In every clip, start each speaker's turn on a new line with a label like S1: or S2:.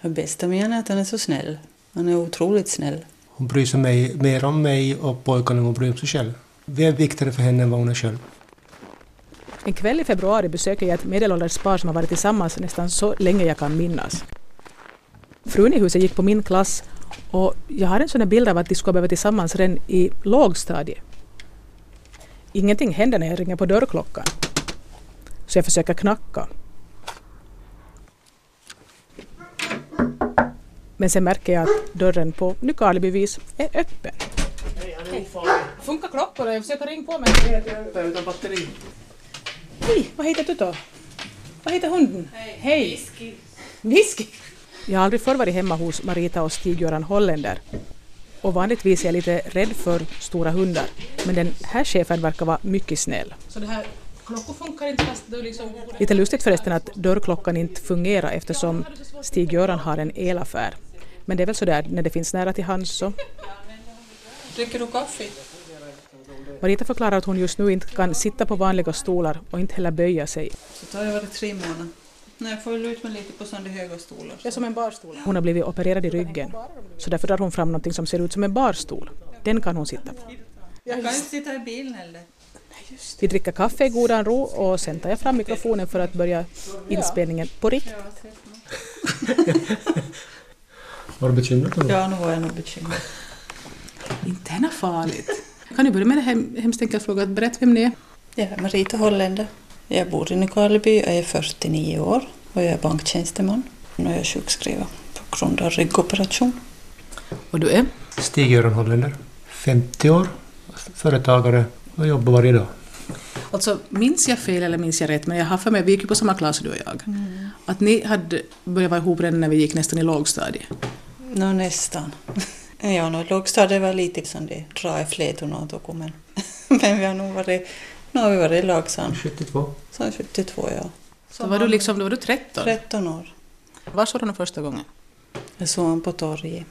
S1: Det bästa med henne är att han är så snäll. Han är otroligt snäll.
S2: Hon bryr sig mig, mer om mig och pojkarna än hon bryr sig själv. Det är viktigare för henne än vad hon är själv.
S3: En kväll i februari besöker jag ett medelålders par som har varit tillsammans nästan så länge jag kan minnas. Frun i huset gick på min klass och jag har en sån där bild av att de skulle ha varit tillsammans redan i lågstadiet. Ingenting händer när jag ringer på dörrklockan. Så jag försöker knacka. Men sen märker jag att dörren på Nykarlebyvis är öppen. Funkar klockorna? Jag försöker ringa på men...
S2: Utan batteri.
S3: Hej, vad heter du då? Vad heter hunden? Hej. Whisky. Whisky? Jag har aldrig förr varit hemma hos Marita och Stig-Göran Holländer. Och vanligtvis är jag lite rädd för stora hundar. Men den här chefen verkar vara mycket snäll. Så det här klockor funkar inte fast du liksom... Lite lustigt förresten att dörrklockan inte fungerar eftersom Stig-Göran har en elaffär. Men det är väl sådär när det finns nära till hands så.
S1: Dricker du kaffe?
S3: Marita förklarar att hon just nu inte kan sitta på vanliga stolar och inte heller böja sig.
S1: Så tar jag varit tre månader. Nej, jag får väl ut mig lite på sådana höga stolar.
S3: som en barstol. Hon har blivit opererad i ryggen, så därför drar hon fram någonting som ser ut som en barstol. Den kan hon sitta på.
S1: Jag kan inte sitta i bilen heller.
S3: Vi dricker kaffe i godan ro och sen tar jag fram mikrofonen för att börja inspelningen på riktigt.
S2: Var du bekymrad då?
S1: Ja, nu var jag nog bekymrad.
S3: Inte henne farligt. Kan du börja med den här hemskt enkla frågan? Berätta vem ni är.
S1: Jag är Marita Holländer. Jag bor i Nykarleby och jag är 49 år och jag är banktjänsteman. Nu är jag sjukskriven på grund av ryggoperation.
S3: Och du är?
S2: Stig-Göran Holländer. 50 år, företagare och jobbar varje dag.
S3: Alltså, minns jag fel eller minns jag rätt, men jag har för mig, vi gick ju på samma klass du och jag, att ni hade börjat vara ihop redan när vi gick nästan i lågstadiet.
S1: Nå, nästan. Ja, nå, lågstadiet var lite som det drar i flätorna åt och men, men vi har nog varit, nu har vi varit i lag sedan
S2: 72.
S1: sedan 72, ja.
S3: Då var du liksom, då var du 13.
S1: 13 år.
S3: Var såg du honom första gången?
S1: Jag såg honom på torget,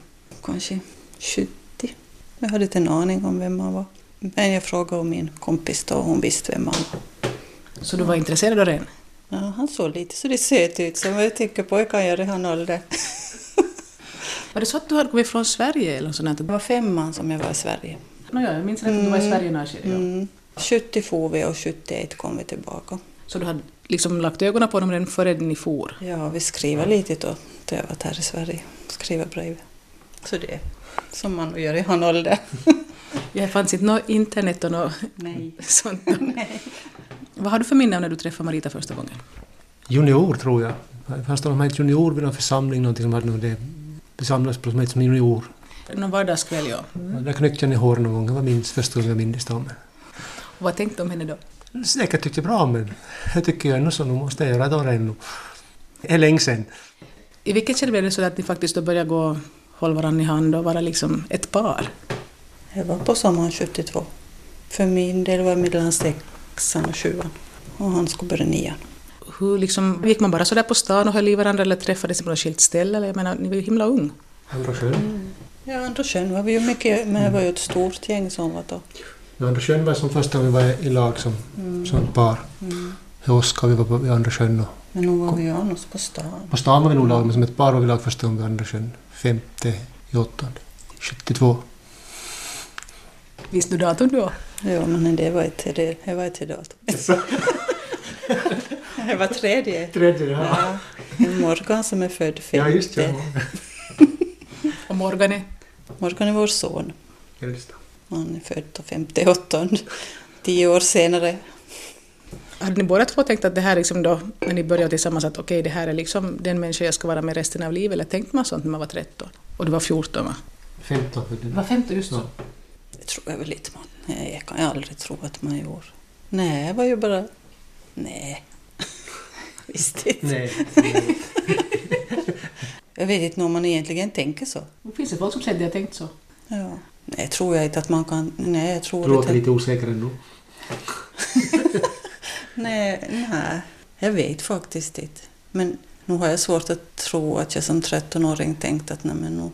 S1: kanske 70. Jag hade inte en aning om vem han var. Men jag frågade om min kompis då och hon visste vem han var.
S3: Så du var intresserad av den?
S1: Ja, han såg lite så det söt ut, som jag tycker pojkar gör i han ålder.
S3: Var det så att du hade kommit från Sverige eller något sånt?
S1: Det var femman som jag var i Sverige.
S3: Nåja, jag minns rätt att du var i Sverige när jag skidade, ja.
S1: Mm. 70 for vi och 71 kom vi tillbaka.
S3: Så du hade liksom lagt ögonen på dem redan före ni for?
S1: Ja, vi skriver lite då, då jag var här i Sverige. Skriver brev. Så det är som man nog gör i han ålder.
S3: Det fanns inte något internet och något
S1: Nej.
S3: sånt. Vad har du för minne av när du träffade Marita första gången?
S2: Junior tror jag. Fast de hette junior vid någon församling, någonting som hade något det. Vi samlades på som hette som junior.
S3: Någon vardagskväll, ja.
S2: Och Där knyckte jag henne i håret någon gång. Det var minst första gången jag mindes damen.
S3: Och vad tänkte du om henne då?
S2: Säkert tyckte bra om henne. Jag tycker jag ännu så. Nu måste jag göra det ännu. Det är länge sedan.
S3: I vilket skede blev det så att ni faktiskt då började gå hålla varandra i hand och vara liksom ett par?
S1: Jag var på sommaren 72. För min del var jag mellan sexan och sjuan. Och han skulle börja nian.
S3: Hur liksom, gick man bara sådär på stan och höll i varandra eller träffades ni på något skilt ställe? Eller, jag menar, ni var ju himla ung.
S2: Andra sjön.
S1: Ja, andra kön var vi ju mycket, men det var ju ett stort gäng som var då.
S2: Men Andra sjön var som första gången vi var i lag som,
S1: Mm,
S2: som ett par. I Oskar, vi var på i Andra sjön och
S1: Men nu var vi ju annars på stan.
S2: På stan var vi nog lag, men som ett par var vi lag första gången vid andra sjön. Femte i åttonde. 72.
S3: Visste du datorn då?
S1: Ja, men det var inte det. Det var inte det. Det var tredje.
S2: Tredje,
S1: Ja. Morgan som är född femte.
S3: Och Morgan är?
S1: Morgan är vår son.
S2: Äldsta.
S1: Han är född då 58. Tio år senare.
S3: Hade ni båda två tänkt att det här liksom då, när ni började tillsammans, att okej det här är liksom den människa jag ska vara med resten av livet? Eller tänkte man sånt när man var 13? Och du var 14 va?
S2: 15 föddes
S3: var 15 just så.
S1: Det tror jag väl inte man. Nej, jag kan aldrig tro att man gör. Nej, det var ju bara... Nej. Visst inte.
S2: Nej.
S1: Jag vet inte om man egentligen tänker så.
S3: Det finns det folk som säger att jag tänkt så.
S1: Ja. Nej, tror jag inte att man kan... Nej, jag tror
S2: Du låter
S1: inte...
S2: lite osäker ändå.
S1: Nej, nej, jag vet faktiskt inte. Men nu har jag svårt att tro att jag som 13-åring tänkte att nej men nu...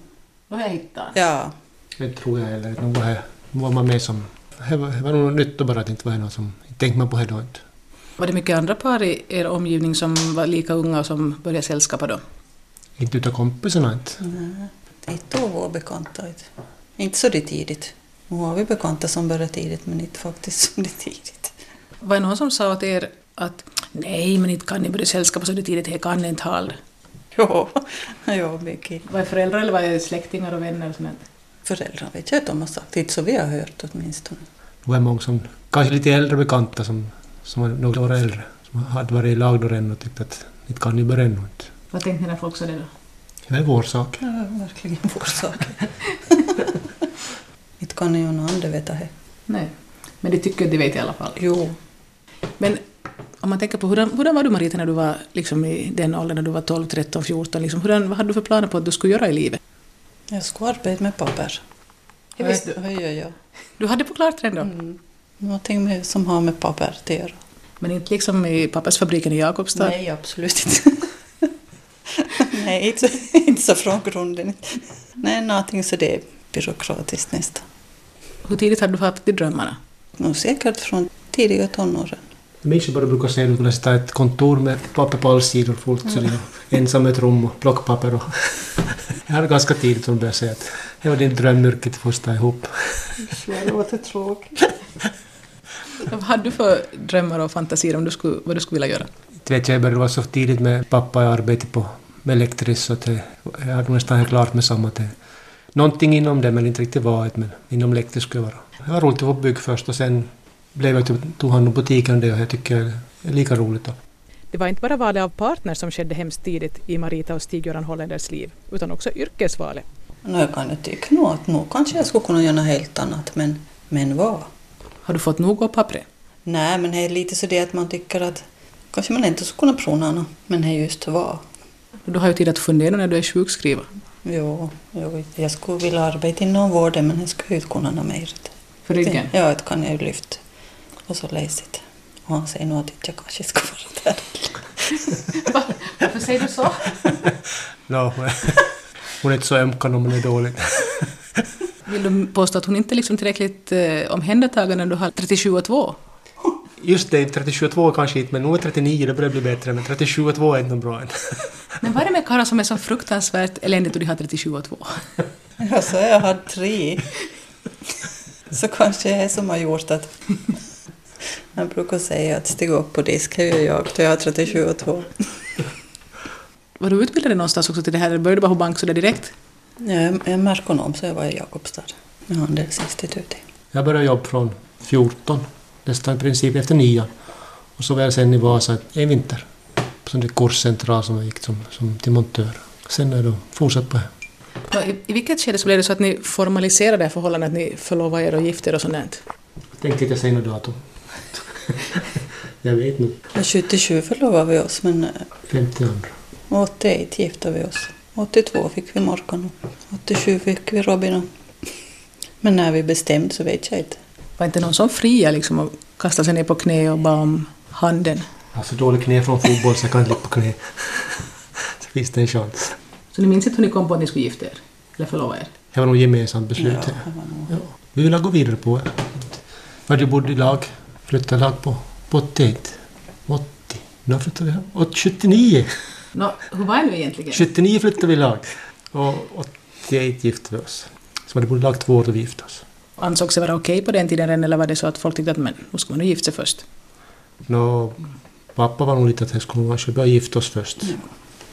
S3: Vad har jag hittat?
S1: Ja,
S2: Det tror jag heller inte. Nog var här- var man med som... Det var, det var nog något nytt då bara att det inte var någon som... Inte tänkte man på det då inte.
S3: Var det mycket andra par i er omgivning som var lika unga och som började sällskapa då?
S2: Inte utav kompisarna inte.
S1: Nej, inte av våra bekanta. Inte. inte så det tidigt. Nu har vi bekanta som börjar tidigt, men inte faktiskt som det tidigt.
S3: Var det någon som sa åt er att nej, men inte kan ni börja sällskapa så det tidigt, det kan ni inte halv.
S1: Jo, jo mycket.
S3: Var det föräldrar eller var det släktingar och vänner? Och sånt?
S1: Föräldrar vet jag att de har sagt, inte så vi har hört åtminstone.
S2: Det var många som, kanske lite äldre bekanta som, som var några år äldre, som hade varit i lag då redan och tyckte att inte kan ni börja ännu inte.
S3: Vad tänkte ni när folk sa det då?
S2: Det är vår sak.
S1: Ja, det var verkligen vår sak. inte kan ju någon annan veta det.
S3: Nej, men de tycker att de vet i alla fall.
S1: Jo,
S3: Men om man tänker på, hurdan, hurdan var du Marita när du var liksom, i den åldern, när du var 12, 13, 14? Liksom, hurdan, vad hade du för planer på att du skulle göra i livet?
S1: jag ska arbeta med papper.
S3: Det visste
S1: du? gör jag.
S3: Du hade på klart redan då?
S1: Mm. Någonting med, som har med papper att göra.
S3: Men inte liksom i pappersfabriken i Jakobstad?
S1: Nej, absolut inte. Nej, inte, inte så från grunden. Nej, någonting så det är byråkratiskt nästan.
S3: Hur tidigt hade du haft de drömmarna?
S1: Nog säkert från tidiga tonåren.
S2: Jag minns ju bara jag brukade säga att du skulle sitta i ett kontor med papper på alla sidor fullt, så det var ensam i ett rum och plockpapper och... Jag hade ganska tidigt som började säga att det var din drömyrke att första ihop.
S1: Det låter tråkigt.
S3: Vad hade du för drömmar och fantasier om du skulle, vad du skulle vilja göra?
S2: Det vet jag, jag började vara så tidigt med pappa i arbete på med elektris så att det- jag hade nästan helt klart med samma att det- Någonting inom det, men inte riktigt vad, men inom elektris skulle jag vara. Det var roligt att få bygg först och sen blev jag, typ- tog hand om butiken och det och jag tycker det är lika roligt då.
S4: Det var inte bara valet av partner som skedde hemskt tidigt i Marita och Stig-Göran Holländers liv, utan också yrkesvalet.
S1: Nu jag kan jag tycka nog att nog kanske jag skulle kunna göra något helt annat, men, men vad?
S3: Har du fått nog av pappret?
S1: Nej, men det är lite så det att man tycker att kanske man inte skulle kunna prova något annat, men det är just vad.
S3: Du har ju tid att fundera när du är sjukskriven.
S1: Jo, jo, jag skulle vilja arbeta inom vården, men jag skulle inte kunna något mer.
S3: För ryggen.
S1: Ja, det kan jag ju lyfta. Och så läsigt. Och han säger nog att jag kanske ska vara där.
S3: Varför säger du så?
S2: No, hon är inte så ömkan om hon är dålig.
S3: Vill du påstå att hon inte är liksom tillräckligt eh, omhändertagen när du har 37 och 2?
S2: Just det, 37,2 kanske inte, men nog är 39, det börjar bli bättre. Men 37,2 är inte någon bra än.
S3: Men vad är det med karlar som är så fruktansvärt eländigt och de har 37 och 2?
S1: Jag sa jag hade tre. Så kanske det är som har gjort att... Han brukar säga att stiga upp på disk, det gör jag, då jag har 37 och 2.
S3: Var du utbildad någonstans också till det här? Eller började du bara på bank sådär direkt?
S1: Jag är merkonom, så jag var i Jakobstad med Handelsinstitutet.
S2: Jag började jobba från 14, nästan i princip efter 9. Och så var jag sen i Vasa en vinter. På en kurscentral som jag gick som, som till montör. Sen har jag då fortsatt på det.
S3: Ja, I, I vilket skede så blev det så att ni formaliserade det här förhållandet, att ni förlovade er och gifte er och sånt? där?
S2: Jag tänkte inte säga något datum. jag vet nog.
S1: Men 77 förlovade vi oss, men eh,
S2: 52.
S1: 81 gifte vi oss. 82 fick vi Morgan och 87 fick vi Robin. och- Men när vi bestämde så vet jag inte.
S3: Var inte någon som friade liksom och kastade sig ner på knä och bad om handen?
S2: Jag har så dåligt knä från fotboll så jag kan inte ligga på knä. så finns det en chans.
S3: Så ni minns inte hur ni kom på att ni skulle gifta er? Eller förlova er?
S2: Det var nog gemensamt beslut.
S1: Ja, det var nog-
S2: Ja. Vi vill gå vidare på det. För du bodde i lag, flyttade lag på, på 81. 80. Nu flyttade vi lag. Och 79!
S3: Nå, hur var det nu egentligen?
S2: 79 flyttade vi i lag. Och 81 gifte vi oss. Så vi bodde i lag två år då vi gifte oss.
S3: Ansågs det vara okej på den tiden redan, eller var det så att folk tyckte att men, nu ska man nog gifta sig först?
S2: Nå, pappa var nog lite att det skulle vara så vi började gifta oss först.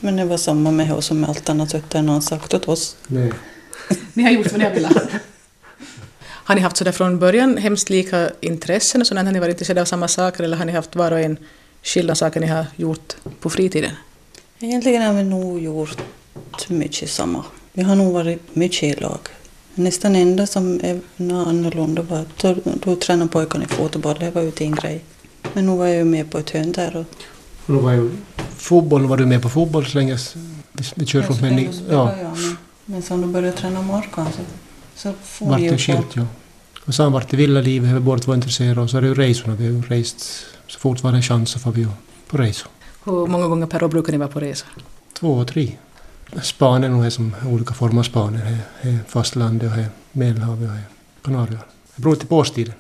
S1: Men det var samma med oss som med allt annat, utan någon sagt åt oss.
S2: Nej.
S3: Ni har gjort vad ni har velat. Har ni haft sådär från början hemskt lika intressen och sådär? Har ni varit intresserade av samma saker eller har ni haft var och en skilda saker ni har gjort på fritiden?
S1: Egentligen har vi nog gjort mycket samma. Vi har nog varit mycket i lag. Nästan enda som är nå annorlunda var att då, då tränade pojkarna i fotboll, det var ju din grej. Men nu var jag ju med på ett hörn där och
S2: Och då var jag Fotboll var du med på fotboll så länge s- vi, vi körde från Fänning. Ja,
S1: Ja. Men, men sen de började träna Markan så, så får
S2: vart
S1: vi ju
S2: det
S1: på.
S2: skilt ja. Och sen vart det villalivet, vi båda var intresserade och så är det ju resorna. Vi har ju rest så fort var det chans så får vi ju på resor.
S3: Hur många gånger per år brukar ni vara på resor?
S2: två och tre. Spanien och är som olika former av Spanien. Det är fastlandet och det är Medelhavet och det är Kanarieöarna. Det beror på årstiden.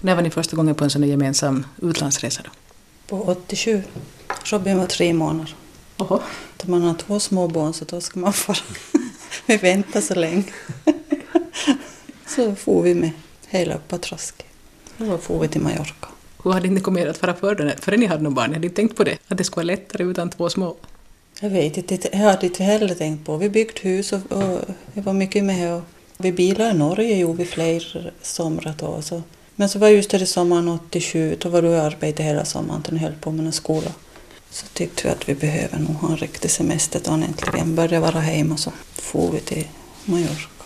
S3: När var ni första gången på en sån där gemensam utlandsresa då?
S1: På 87. Robin var tre månader.
S3: Oho.
S1: Då man har två små barn så då ska man fara. vi väntar så länge. så får vi med hela Uppatrask. Och då får vi till Mallorca.
S3: Hur hade ni kommit att fara förrän, förrän ni hade någon barn? Hade ni tänkt på det? Att det skulle vara lättare utan två små?
S1: Jag vet inte, det hade jag inte heller tänkt på. Vi byggt hus och, och jag var mycket med och vi bilar i Norge gjorde vi fler somrar då. Så. Men så var just det sommaren 87, då var du i arbete hela sommaren, den höll på med en skola. Så tyckte vi att vi behöver nog ha en riktig semester då han äntligen började vara hemma så for vi till Mallorca.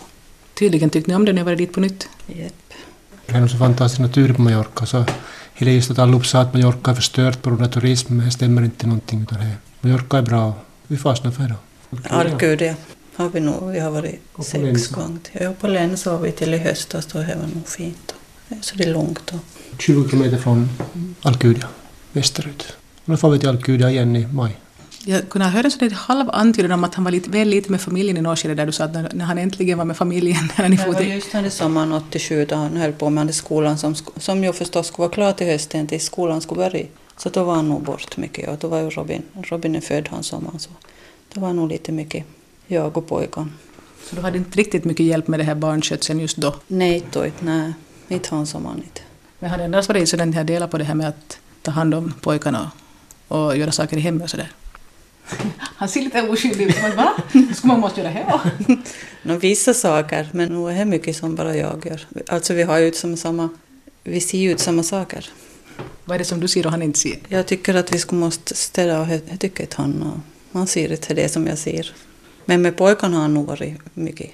S3: Tydligen tyckte ni om det när ni var dit på nytt.
S1: Japp.
S2: Det är en så fantastisk natur på Mallorca. Så hela just att alla sa att Mallorca är förstört på grund av turism, men det stämmer inte någonting. Utan det. Mallorca är bra. Vi fastnar för det.
S1: Alcudia har vi nog, vi har varit
S2: Och på
S1: sex
S2: Lenz.
S1: gånger. till. Ja, på Lenz var vi till i höstas, då det var nog fint. Så det är långt då.
S2: 20 kilometer från Alcudia, västerut. Och då får vi till Alcudia igen i maj.
S3: Jag kunde höra en sån där halv antydan om att han var lite, väl lite med familjen i något skede där du sa att när, när han äntligen var med familjen, när ni
S1: Det
S3: for
S1: var
S3: till...
S1: just under sommaren 87 då han höll på med den skolan som, sk- som jag förstås skulle vara klar till hösten tills skolan skulle börja. Så då var han nog bort mycket. Ja, då var ju Robin, Robin är född han sommaren så då var han nog lite mycket jag och pojken.
S3: Så du hade inte riktigt mycket hjälp med det här barnskötseln just då.
S1: Nej, då inte, nej, inte han sommaren inte.
S3: Men hade annars varit sådär ni har delat på det här med att ta hand om pojkarna och, och göra saker i hemmet och sådär? Han ser lite oskyldig ut. Man va? Skulle man måste göra hemma?
S1: Nå, vissa saker, men nog är det mycket som bara jag gör. Alltså vi har ju ut som samma, vi ser ju ut samma saker.
S3: Vad är det som du ser och han inte ser?
S1: Jag tycker att vi skulle måste städa och jag- jag tycker att han, och han ser inte det som jag ser. Men med pojkarna har han nog varit mycket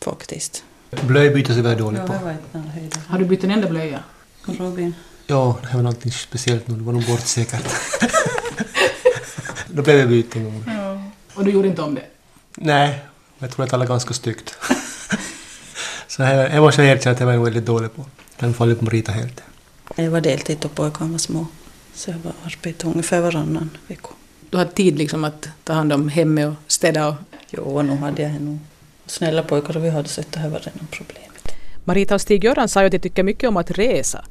S1: faktiskt.
S2: Blöj byter sig väldigt dåligt på.
S1: var inte några höjder.
S3: Har du bytt en enda blöja?
S1: Robin?
S2: Ja, det här var någonting speciellt nu. Det var nog bort säkert. då blev jag bytt en gång.
S3: Och du gjorde inte om det?
S2: Nej, jag tror att alla är ganska styggt. så här, jag måste erkänna att jag var nog väldigt dålig på. Den faller på att rita helt.
S1: Jag var deltid då pojkarna var små. Så jag var arbetade ungefär varannan vecka.
S3: Du hade tid liksom att ta hand om hemmet och städa och...
S1: Jo, nu hade jag nog snälla pojkar och vi hade sett det här var redan problemet.
S4: Marita och Stig-Göran sa ju att de tycker mycket om att resa.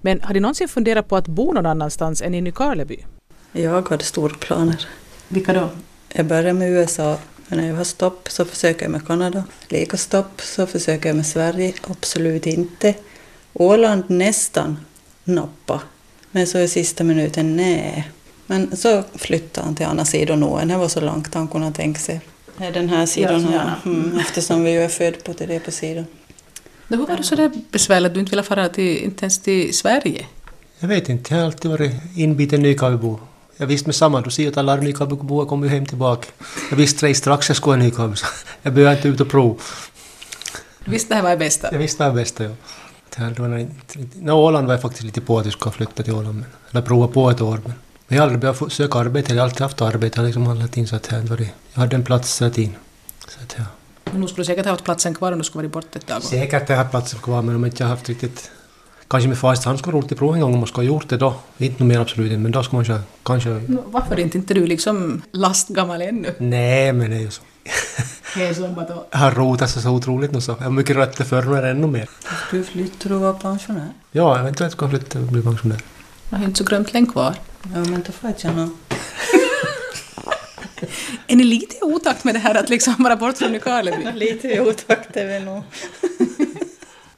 S4: Men har de någonsin funderat på att bo någon annanstans än i Nykarleby?
S1: Jag hade stora planer.
S3: Vilka då?
S1: Jag började med USA, men när jag var stopp så försöker jag med Kanada. Lika stopp så försöker jag med Sverige, absolut inte. Åland nästan, Nappa. Men så i sista minuten, nej. Men så flyttade han till andra sidan ån, det var så långt han kunde tänka sig. Det är Den här sidan
S3: som
S1: här,
S3: gärna.
S1: mm, eftersom vi ju är född på till det på sidan.
S3: Då, hur var du så där besvärlig att du inte ville fara till, inte ens till Sverige?
S2: Jag vet inte, jag har alltid varit inbiten Nykarlebo. Jag visste med samma, du ser ju att alla Nykarlebobor kommer ju hem tillbaka. Jag visste det strax jag skulle vara Nykarlebo, så jag behöver inte ut och prova.
S3: Du visste det här var det bästa?
S2: Jag visste det här bästa, ja. Det här, det var när inte riktigt- Nå, Åland var jag faktiskt lite på att jag skulle flytta till Åland, men, eller prova på ett år. Men, men jag har aldrig behövt söka arbete, jag har alltid haft arbete, jag har liksom handlat in så att här, det var det. jag hade en plats hela tiden. Så att, ja.
S3: Men nu skulle du säkert ha haft platsen kvar om du skulle varit borta ett tag.
S2: Säkert det här platsen kvar, men om inte jag haft riktigt... Kanske med fast hand skulle vara roligt att prova en gång om man ska ha gjort det då. Inte nog mer absolut, men då ska man köra, kanske...
S3: Nå, Varför inte? Inte du liksom lastgammal ännu?
S2: Nej, men det är ju så.
S3: Hej, Zumbato.
S2: Jag har rotat sig så otroligt nu så. Jag har mycket rötter förr men ännu mer.
S1: Du flyttade och var pensionär?
S2: Ja, eventuellt ska jag flytta och bli pensionär.
S3: Jag har ju inte så grönt länge kvar.
S1: Ja, men då får jag känna.
S3: Är ni lite i otakt med det här att liksom vara bort från Nykarleby?
S1: Lite i otakt är vi nog.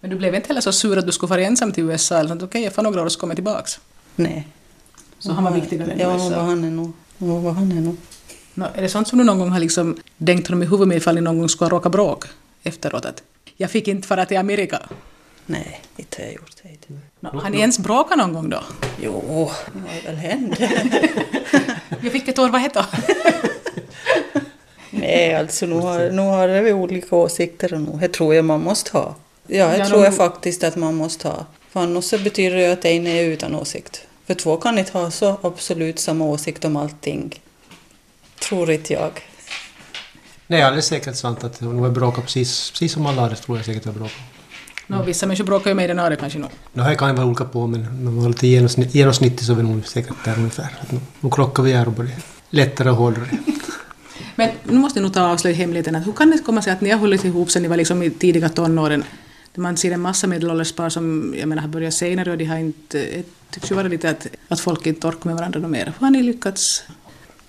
S3: Men du blev inte heller så sur att du skulle fara ensam till USA? eller sånt. Okej, jag får några år så kommer jag tillbaks.
S1: Nej. Mm.
S3: Så han var viktigare än
S1: Ja,
S3: USA?
S1: vad han är nog. Vad vad han är nog.
S3: Nå, är det sånt som du någon gång har liksom dängt honom i huvudet med ifall ni någon gång skulle ha råkat bråk efteråt? Att jag fick inte fara till Amerika.
S1: Nej, inte har jag gjort det. Inte.
S3: Nå, har ni ens bråkat någon gång då?
S1: Jo, det har väl hänt.
S3: Jag fick ett år, vad hette det?
S1: Nej, alltså nu har, nu har vi olika åsikter och nu. Det tror jag man måste ha. Ja,
S3: Ja,
S1: det tror jag
S3: de-
S1: faktiskt att man måste ha. För annars så betyder det att en är utan åsikt. För två kan inte ha så absolut samma åsikt om allting. Tror inte jag.
S2: Nej, alldeles säkert sant att hon var bråka precis, precis som alla andra tror jag säkert var bråka.
S3: Nå, vissa människor bråkar ju med den andra kanske nog.
S2: Nu här kan jag vara olika på men om man var lite genomsnitt, genomsnittlig så är vi nog säkert där ungefär. Att nu, nu krockar vi här och både lättare och hårdare.
S3: Men nu måste ni nog ta och avslöja hemligheten. Att hur kan det komma sig att ni har hållit ihop sen ni var liksom i tidiga tonåren? Man ser en massa medelålderspar som jag menar, har eh, börjat senare och de har inte... Det tycks ju vara lite att, att folk inte orkar med varandra något mer. Hur har ni lyckats?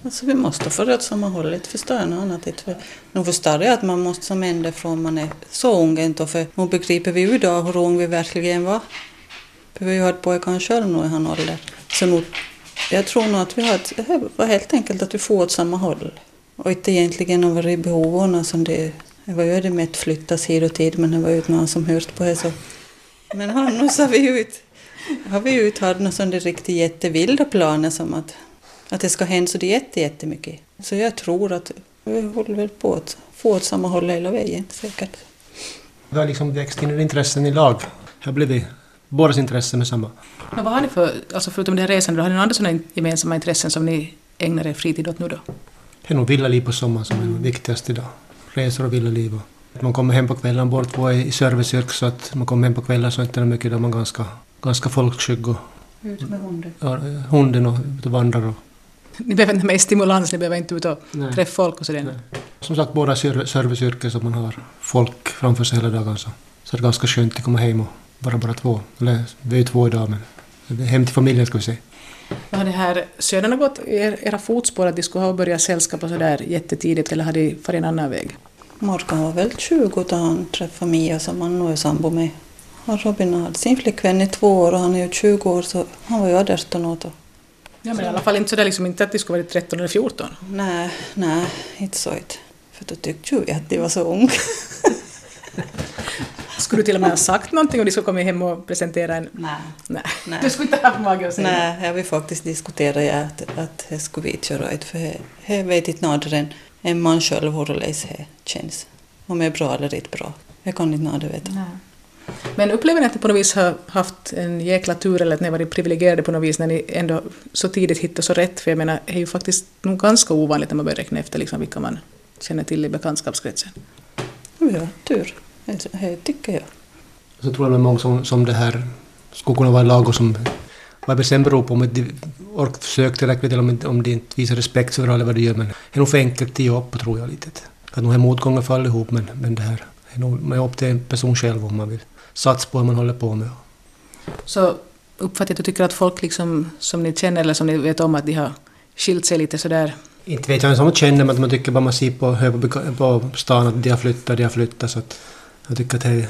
S1: Alltså vi måste föra åt samma hållet, förstår jag något annat inte. För, nu förstår jag att man måste som ända från man är så ung inte, för nu begriper vi ju idag hur ung vi verkligen var. För vi har ju hört pojkarna själv nu i hans ålder. Så nu, jag tror nog att vi har ett, det var helt enkelt att vi får åt samma håll. Och inte egentligen över i behoven som det det var ju det med att flytta hit och tid, men det var ju inte någon som hört på det så. Men han nu så har vi ut, har vi ut haft något sånt riktigt jättevilda planer som att att det ska hända så det är jätte, jättemycket. Så jag tror att vi håller väl på att få åt samma håll hela vägen, säkert.
S2: Vi har liksom växt in i intressen i lag. Här blev det bådas intressen med samma.
S3: Men vad har ni för, alltså förutom den här resan, då, har ni några andra sådana gemensamma intressen som ni ägnar er fritid åt nu då?
S2: Det är nog villaliv på sommaren som är det viktigaste idag. Resor och villaliv. och- Man kommer hem på kvällen, båda två är i serviceyrke så att man kommer hem på kvällen så är det inte mycket där man är ganska, ganska folkskygg och
S1: Ut med hunden.
S2: ja, hunden och ute och vandrar. Och,
S3: Ni behöver inte mer stimulans, ni behöver inte ut och
S2: Nej.
S3: träffa folk och sådär.
S2: Nej. Som sagt, båda ser- serviceyrken som man har folk framför sig hela dagen så, så det är ganska skönt att komma hem och vara bara två. Eller vi är ju två idag men hem till familjen ska vi säga.
S3: Men Har det här sönerna gått i er, era fotspår att de skulle ha börjat sällskapa sådär jättetidigt eller har de farit en annan väg?
S1: Morgan var väl 20 då han träffade Mia som han nu är sambo med. Och Robin hade sin flickvän i två år och han är ju 20 år så han var ju 18 år då.
S3: Ja, men i alla fall inte sådär liksom, inte att de skulle vara 13 eller 14.
S1: Nej, nej, inte så inte. För då tyckte ju vi att de var så ung.
S3: Skulle du till och med ha sagt någonting och de skulle komma hem och presentera en...
S1: Nej.
S3: Nej.
S1: Nej.
S3: Du skulle inte ha haft mage att säga
S1: Nej, jag vill faktiskt diskutera att, att det skulle vi inte göra det, för det- det vet inte nådare än, än man själv hur det läs det känns. Om det är bra eller inte bra. Jag kan inte nådare veta.
S3: Men upplever ni att ni på något vis har haft en jäkla tur eller att ni har varit privilegierade på något vis när ni ändå så tidigt hittade så rätt? För jag menar, det är ju faktiskt nog ganska ovanligt när man börjar räkna efter liksom vilka man känner till i bekantskapskretsen.
S1: Ja, tur. Det- Det tycker jag.
S2: Så tror jag det är många som, som det här skulle kunna vara i lag och som vad det sen beror på om de ork försöker tillräckligt eller om, inte- om de inte visar respekt för alla vad de gör. Men det är nog för enkelt att ge upp tror jag lite. Att nog är motgångar för allihop men, men det här är nog man är upp till en person själv om man vill satsa på vad man håller på med.
S3: Så uppfattar jag att du tycker att folk liksom, som ni känner eller som ni vet om att de har skilt sig lite sådär.
S2: Inte vet jag ens om man känner men att man tycker bara man ser på, hör på, beka- på stan att de har flyttat, de har flyttat. Så att jag tycker att det är...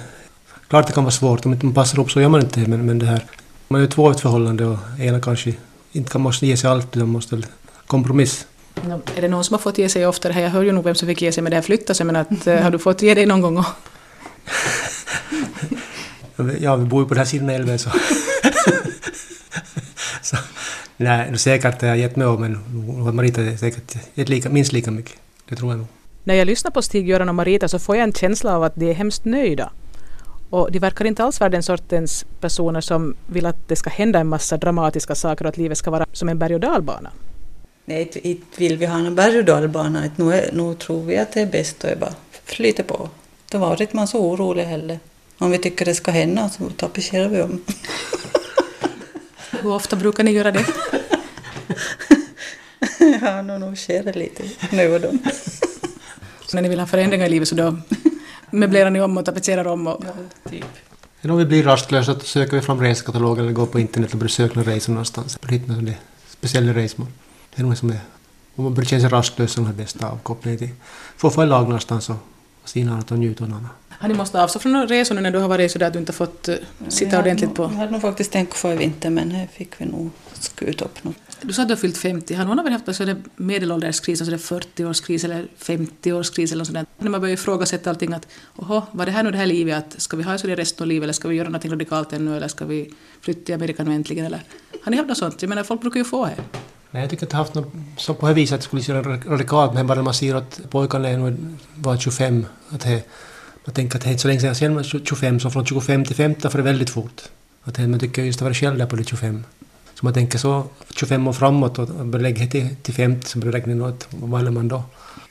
S2: Klart det kan vara svårt, om inte man passar upp så gör man inte det. Men, men det här... Man är ju två i ett förhållande och ena kanske inte kan, måste ge sig allt utan måste kompromiss.
S3: Nå, Är det någon som har fått ge sig oftare här? Jag hör ju nog vem som fick ge sig med det här flyttet, så jag menar att eh, har du fått ge dig någon gång? och-
S2: Ja, vi bor ju på den här sidan av älven så... så nej, det är säkert har jag gett mig av men nog har Marita säkert gett lika, minst lika mycket. Det tror jag nog.
S4: När jag lyssnar på Stig-Göran och Marita så får jag en känsla av att de är hemskt nöjda. Och de verkar inte alls vara den sortens personer som vill att det ska hända en massa dramatiska saker och att livet ska vara som en berg och dalbana.
S1: Nej, inte- inte vill vi ha någon berg och dalbana. Inte Nu, är- nu tror vi att det är bäst att bara flyta på. Då var det inte man så orolig heller. Om vi tycker det ska hända så tapetserar vi om.
S3: Hur ofta brukar ni göra det?
S1: ja, nu, nu sker det lite nu och då.
S3: Så när ni vill ha förändringar i livet så då möblerar ni om och tapetserar om och...
S1: typ.
S2: Men om vi blir rastlösa så söker vi fram resekataloger eller går på internet och börjar söka några resor någonstans. Börjar hitta några speciella resmål. Det är nog som är... Om man börjar känna sig rastlös som den bästa avkopplingen till... Få få en lag någonstans och, och se något annat och njuta av något annat.
S3: Har ni måste avstå från resorna när du har varit sådär att du inte fått eh, sitta ordentligt på?
S1: Jag hade nog faktiskt tänkt få i vinter men här fick vi nog skut upp något.
S3: Du sa att du har fyllt 50. Har någon av er haft en sån medelålderskris, alltså 40-årskris eller 50-årskris eller något sånt där? När man börjar ifrågasätta allting att oho, var det här nu det här livet? Att ska vi ha så det resten av livet eller ska vi göra någonting radikalt ännu eller ska vi flytta till Amerika nu äntligen eller? Har ni haft något sånt? Jag menar folk brukar ju få det.
S2: Nej, jag tycker inte haft något som på det viset att det skulle göra radikalt, men bara när man ser att pojkarna är nog var 25, att det, man tänker att det är inte så länge sedan jag själv var 25, så från 25 till 50 för det är väldigt fort. Att det, man tycker just att vara själv där på det 25. Så man tänker så 25 år framåt och och börjar lägga det till, till 50 så börjar det räkna något, vad är man då?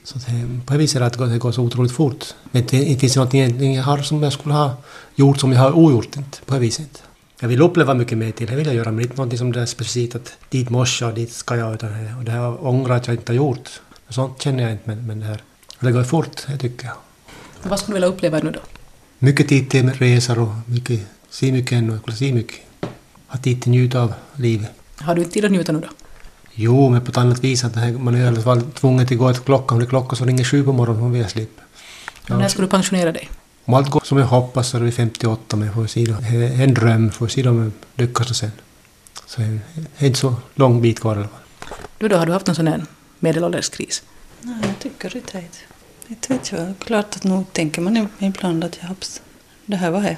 S2: Så att det, på det viset är det att det går- det går så otroligt fort. Men det, inte finns det någonting egentligen jag har som jag skulle ha gjort som jag har ogjort, inte, på det viset. Jag vill uppleva mycket mer till, det vill jag göra, men inte någonting som det är specifikt att dit måste jag och dit ska jag. Utan, det- och det här ångrar att jag inte har gjort. Sånt känner jag inte, men, men det här... Det går fort, det tycker jag.
S3: Vad skulle du vilja uppleva nu då?
S2: Mycket tid till resor och mycket... Se mycket ännu, jag skulle se mycket. Ha tid till att njuta av livet.
S3: Har du inte tid att njuta nu då?
S2: Jo, men på ett annat vis. Att den här, man är i alla fall tvungen att gå efter klockan. Om det är klockan som ringer sju på morgonen hon vill jag slippa.
S3: Men När ska du pensionera dig?
S2: Om allt går som jag hoppas så är det 58, men får vi se då. Det är En dröm, får vi se om jag lyckas sen. Så det är inte så lång bit kvar i alla fall.
S3: Du då, har du haft en sån här medelålderskris?
S1: Nej, jag tycker inte det. Inte vet jag. Klart att nog tänker man ibland att japs, det här var det.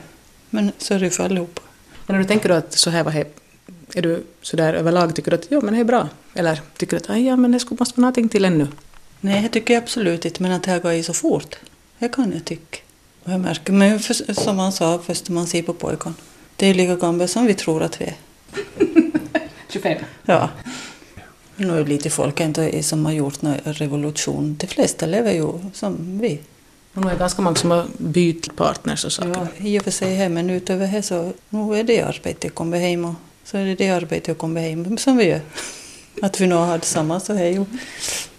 S1: Men så är det ju för allihopa.
S3: Men när du tänker då att så här var det, är du sådär överlag tycker du att jo men det är bra? Eller tycker du att aj ja men det skulle måste vara någonting till ännu?
S1: Nej, det tycker jag absolut inte, men att det här går ju så fort. Det kan jag tycka. Och jag märker, men för, som han sa, först när man ser på pojken. Det är ju lika gammal som vi tror att vi är.
S3: 25.
S1: Ja. Nu är det lite folk inte som har gjort någon revolution. De flesta lever ju som vi.
S3: Och nu är det ganska många som har bytt partners och saker.
S1: Ja, i och för sig hem, men utöver det så nu är det arbetet jag kommer hem och så är det det arbetet jag kommer hem som vi gör. Att vi nu har det samma så är ju,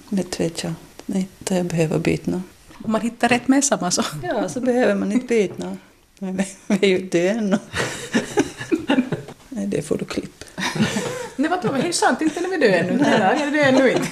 S1: det vet jag, inte jag behöver byta något.
S3: Om man hittar rätt med samma så.
S1: Ja, så behöver man inte byta något. Men vi vi är ju döda ännu. Nej, det får du klippa.
S3: Nej vadå, men det är ju sant, inte när vi dör ännu. Nej, nej, jag dör ännu inte.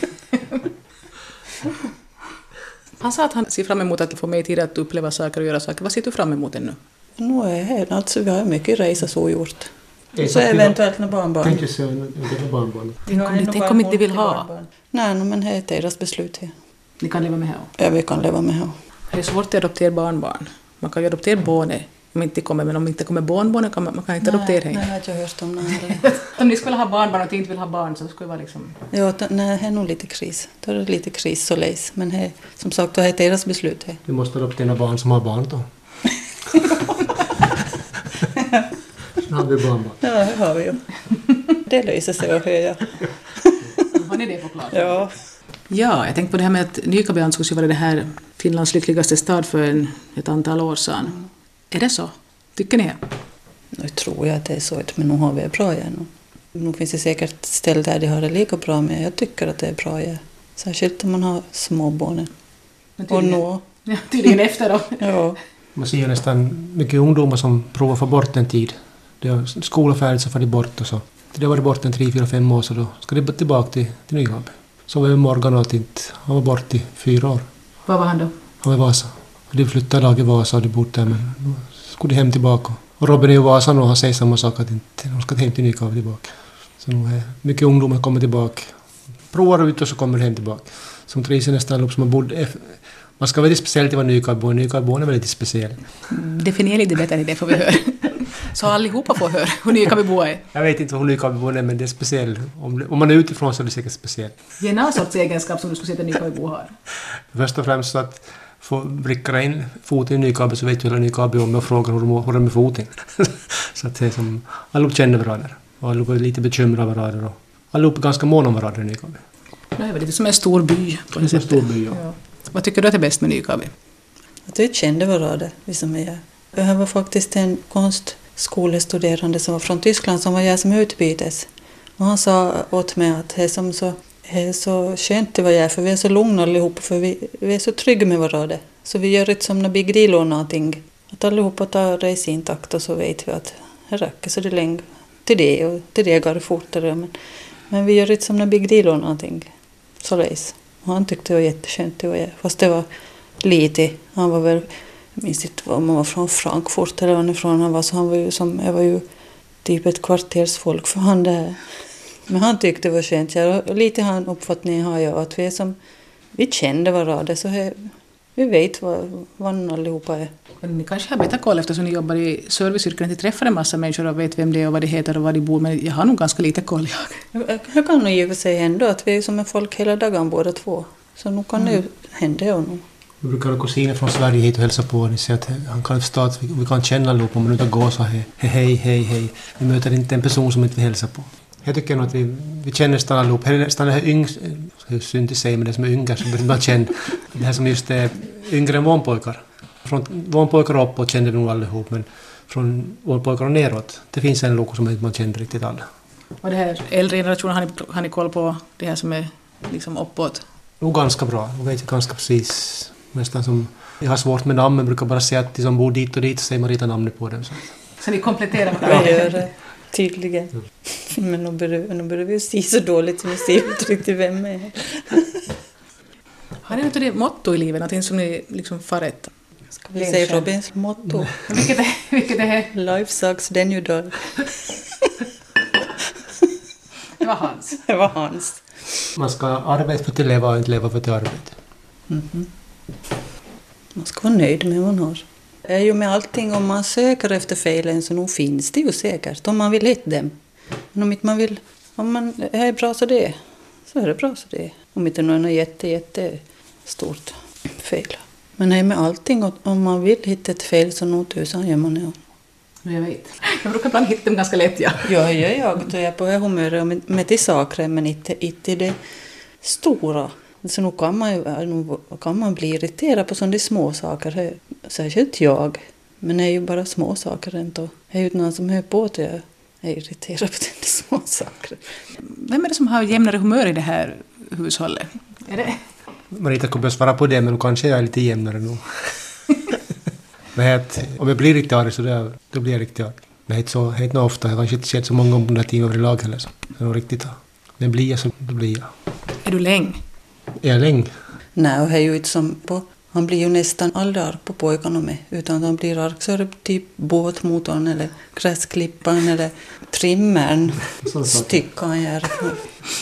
S3: Han sa att han ser fram emot att få mer tid att uppleva saker och göra saker. Vad ser du fram emot ännu?
S1: Nu är det alltså, vi har mycket resor så gjort.
S2: Det är
S1: Så
S2: så att vi
S1: eventuellt några barnbarn.
S2: ju så, det barnbarn.
S3: Tänk om,
S1: Ja,
S3: de,
S1: nog
S3: tänk om inte de
S1: barnbarn
S3: vill
S1: till
S3: ha.
S1: barnbarn. Nej, no, men det är deras beslut. här.
S3: Ni kan leva med här.
S1: Ja, vi kan leva med det.
S3: Det är svårt att adoptera barnbarn. Man kan ju adoptera barnet om inte kommer, men om inte kommer barnbarnen kan man, man kan inte adoptera
S1: Nej, det
S3: henne.
S1: har jag inte hört om. Nej,
S3: Om ni skulle ha barnbarn och inte vill ha barn så skulle det vara liksom...
S1: ja, det- nej, det är nog lite kris. Då är det lite kris och lejs. Men det, som sagt, det är deras beslut. Här.
S2: Du måste adoptera några barn som har barn då. Sen har vi barnbarn.
S1: Ja, det har vi ju. Det löser sig, hör jag.
S3: Har ni det på klart?
S1: Ja.
S3: Ja, jag tänkte på det här med att Nykabi ansågs ju vara det här Finlands lyckligaste stad för en, ett antal år sedan. Är det så? Tycker ni?
S1: Nu tror jag att det är så, men nu har vi det bra igen. Nu finns det säkert ställen där de har det lika bra, men jag tycker att det är bra. Ja. Särskilt om man har småbarn.
S3: Men
S1: Och
S3: tydligen-
S1: nå.
S3: Ja, tydligen efter då.
S1: Ja.
S2: Man ser ju nästan mycket ungdomar som provar att få bort en tid. De har skola färdigt så får de bort och så. Det har varit bort en tre, fyra, fem år så då ska de tillbaka till, till Nyhamn. Så var ju Morgan och att inte, han var bort i fyra år.
S3: Vad var han då?
S2: Han var i Vasa. Och de flyttade lag i Vasa och de bodde där men nu skulle de hem tillbaka. Och Robin är i Vasa nu och han säger samma sak att inte, de ska hem till Nykabi tillbaka. Så nu är mycket ungdomar kommer tillbaka. Provar ut och så kommer de hem tillbaka. Som trivs i nästan upp som man bodde... eff- Man ska vara lite speciell till att vara Nykabibo. Nykabibo är väldigt speciell.
S3: Definiera lite bättre än det får vi höra. Så allihopa får höra hur Nykabiboa är.
S2: Jag vet inte hur Nykabibo är men det är speciell. Om, om man är utifrån så är det säkert speciell.
S3: Ge någon sorts egenskap som du skulle säga att en Nykabibo har.
S2: Först och främst så att få vricka in foten i Nykabi så vet du hela Nykabi om och frågar hur de hur de är med foten. så att det är som, allihop känner varandra och allihop är lite bekymrade av varandra och allihop är ganska måna om varandra i Nykabi.
S3: Det är väl lite som en stor by
S2: Det
S3: på det
S2: är en
S3: sättet.
S2: stor by, ja.
S3: Vad tycker du att är bäst med Nykabi?
S1: Att vi kände varandra, vi som är här. Det här var faktiskt en konstskolestuderande som var från Tyskland som var jag som utbytes. Och han sa åt mig att det är, som så, det är så skönt det var jag för vi är så lugna allihopa för vi, vi är så trygga med varandra. Så vi gör inte som några big deal och någonting. Att allihopa tar det i sin takt och så vet vi att det räcker så det länge till det och till det går det fortare. Men, men vi gör inte som några big deal och någonting. Så läs. Och han tyckte det var jätteskönt det var jag. Fast det var lite. Han var väl, jag minns inte om han var från Frankfurt eller varifrån han var, så han var ju som, jag var ju typ ett kvartersfolk för han där. Men han tyckte det var skönt. Ja, och lite han uppfattningen har jag att vi är som, vi kände varandra så här, vi vet vad, vad allihopa är.
S3: Men ni kanske har bättre koll eftersom ni jobbar i serviceyrken, ni träffar en massa människor och vet vem det är och vad de heter och var de bor, men jag har nog ganska lite koll jag.
S1: Det kan nog i och för sig hända att vi är som en folk hela dagen båda två. Så nu kan det ju hända. Ja, nog.
S2: Vi brukar ha kusiner från Sverige hit och hälsa på och de säger att han kan förstå att vi, vi kan känna allihopa om man inte går så här hej, hej, hej. Vi möter inte en person som inte vi hälsar på. Jag tycker nog att vi, vi känner nästan allihop. Här är Nästan det här yngst... Det är synd att säga men det som är yngre så blir man känd. Det här som just är yngre än vanpojkar. Från vanpojkar och uppåt känner vi nog allihop men från vanpojkar och neråt. Det finns en loko som inte man känner riktigt alla.
S3: Och det här äldre generationen, har ni, har ni koll på det här som är liksom uppåt?
S2: Nog ganska bra. Jag vet ganska precis. Nästan som... Jag har svårt med namn men brukar bara säga att de som bor dit och dit så säger man redan namnet på dem. Så.
S3: Så ni kompletterar
S1: Vi gör det. Tydligen. Men nu börjar, nu börjar vi ju se så dåligt så vi ser inte riktigt vem jag är.
S3: Har ni något av det motto i livet, någonting som ni liksom farett?
S1: Ska vi säga Robins motto?
S3: Vilket är, vilket är?
S1: Life sucks, then you die.
S3: Det var hans.
S1: Det var hans.
S2: Man ska arbeta för att leva och inte leva för att arbeta.
S1: Man ska vara nöjd med vad man har. Det är ju med allting, om man söker efter felen så nog finns det ju säkert, om man vill hitta dem. Men om inte man vill, om man det här är bra så det är, så är det bra så det är. Om inte någon är jätte, jätte stort fel. Men det är med allting, och om man vill hitta ett fel så nog tusan gör man det.
S3: Jag vet. Jag brukar ibland hitta dem ganska lätt, ja.
S1: Ja, ja, ja, då är jag på det humöret med, med de saker, men inte, inte det stora. Så nog kan man, ju- nog kan man bli irriterad på sådana de små saker. här. Särskilt jag. Men det är ju bara små saker ändå. Det är ju inte någon som hör på att jag är irriterad på de små saker.
S3: Vem är det som har jämnare humör i det här hushållet? Är det?
S2: Marita kommer att svara på det, men kanske jag är lite jämnare nu. men att, om jag blir riktigt arg så då, då blir jag riktigt arg. Men inte så inte nog ofta, jag kanske inte sett så många gånger under tiden överlag heller. Så det är nog riktigt. arg. Men blir jag så då blir jag.
S3: Är du läng?
S2: Är jag länge?
S1: Nej, och det är ju inte som på... Han blir ju nästan aldrig arg på pojkarna med. Utan han blir arg så är det typ båtmotorn eller gräsklipparen eller trimmern.
S2: Sådana saker.
S1: Styckar han gör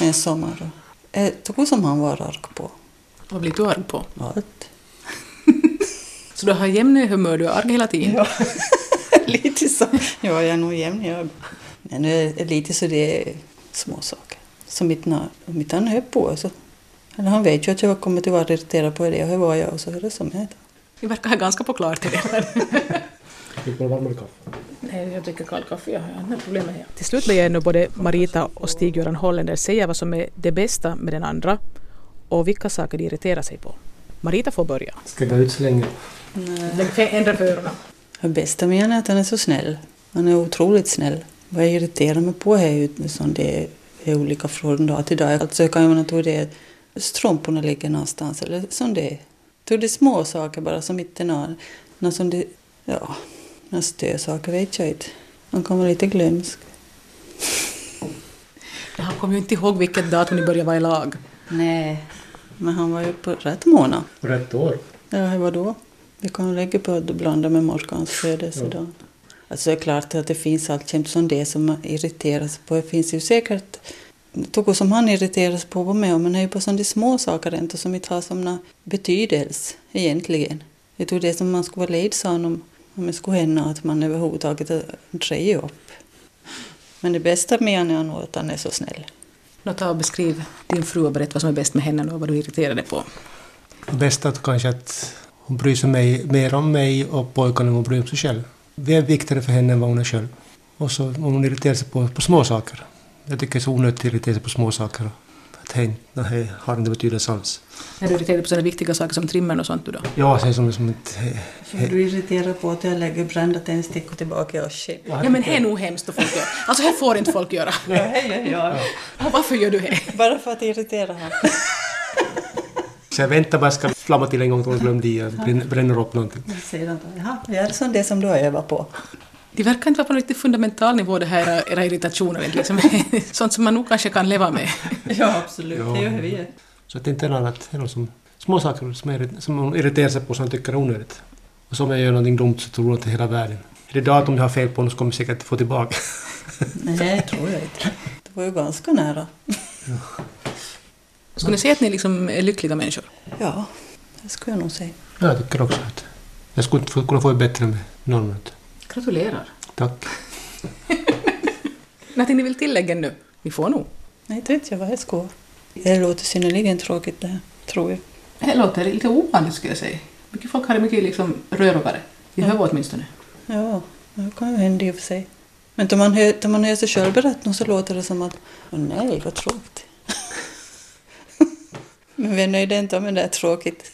S1: en sommar. Det tog som han var arg på.
S3: Vad blir du arg på?
S1: Allt.
S3: Så du har jämnare humör, du är arg hela tiden?
S1: Ja, lite så. Ja, jag är nog jämn jag. Men det är lite så det är små saker. Som inte när- om inte han hör på så. Eller han vet ju att jag kommer att vara irriterad på det och hur var jag och så är det som händer.
S3: Ni verkar ha ganska på klart till det.
S2: Dricker du varmare kaffe?
S3: Nej, jag dricker kall kaffe, jag har inga problem med det.
S4: Till slut blir ändå både Marita och Stig-Göran Holländer säga vad som är det bästa med den andra och vilka saker de irriterar sig på. Marita får börja.
S2: Ska jag gå ut så länge?
S3: Ändra för öronen.
S1: Det bästa med honom är att han är så snäll. Han är otroligt snäll. Vad jag irriterar mig på är ju som det är olika från dag till dag. Alltså jag kan ju tro det är att strumporna ligger någonstans eller som det är. Tror det är små saker bara som inte någon, någon som det, ja, några stösaker vet jag inte. Han kan vara lite glömsk.
S3: Han kommer ju inte ihåg vilket datum ni började vara i lag.
S1: Nej. Men han var ju på rätt månad.
S2: Rätt år.
S1: Ja, vadå? Vi kan lägga på att blanda med morskans födelsedag. Alltså det är klart att det finns alltjämt som det som man irriteras på. Det finns ju säkert något som han irriteras på var med om, men det är ju på sådana små saker ändå som inte har sådana betydelse egentligen. Jag tror det som man skulle vara ledsen om, om det skulle hända att man överhuvudtaget drejer upp. Men det bästa med honom är nog att han är så snäll.
S3: Nå, ta och beskriv din fru och berätta vad som är bäst med henne nu och vad du irriterar dig på.
S2: Det bästa är kanske att hon bryr sig mig, mer om mig och pojkarna än hon bryr sig själv. Det är viktigare för henne än vad hon är själv. Och så om hon irriterar sig på, på små saker. Jag tycker det är så onödigt att irritera sig på små saker. Att hej, nej, har inte betydelse alls.
S3: Är du irriterad på sådana viktiga saker som trimmern och sånt du då?
S2: Ja, så är det som, som ett,
S1: Du irriterar på att jag lägger brända tändstickor tillbaka och shit.
S3: Ja men det är nog hemskt att folk gör. Alltså det får inte folk göra.
S1: Ja, hej, ja.
S3: Och varför gör du det?
S1: Bara för att irritera honom.
S2: så jag väntar bara ska flamma till en gång till hon glömde i och bränner, bränner upp någonting.
S1: Sedan då, jaha, det är som det som du har övat på.
S3: Det verkar inte vara på någon riktigt fundamental nivå det här era, era irritationer. Liksom. Sånt som man nog kanske kan leva med.
S1: Ja, absolut.
S2: Ja. Det gör
S1: vi.
S2: Så att det inte är något annat. Det är något som, små saker som, är, som hon irriterar sig på som hon tycker är onödigt. Och som jag gör någonting dumt så tror hon att det är hela världen. Är det datum jag har fel på så kommer jag säkert få tillbaka.
S1: Nej, det tror jag inte. Det var ju ganska nära.
S3: Skulle ni säga att ni liksom är lyckliga människor?
S1: Ja, det skulle jag nog säga.
S2: Ja, jag tycker också att jag skulle inte få- kunna få det bättre med någon minut.
S3: Gratulerar.
S2: Tack.
S3: Någonting ni vill tillägga nu? Ni får nog.
S1: Nej, det vet jag vad jag ska. Det låter synnerligen tråkigt det här, tror jag.
S3: Det låter lite ovanligt skulle jag säga. Mycket folk har det mycket liksom rörigare. Vi hör åtminstone.
S1: Ja, det kan ju hända i och för sig. Men om man hör, om man hör sig själv berätta något så låter det som att åh nej, vad tråkigt. Men vi är nöjda inte, men det är tråkigt.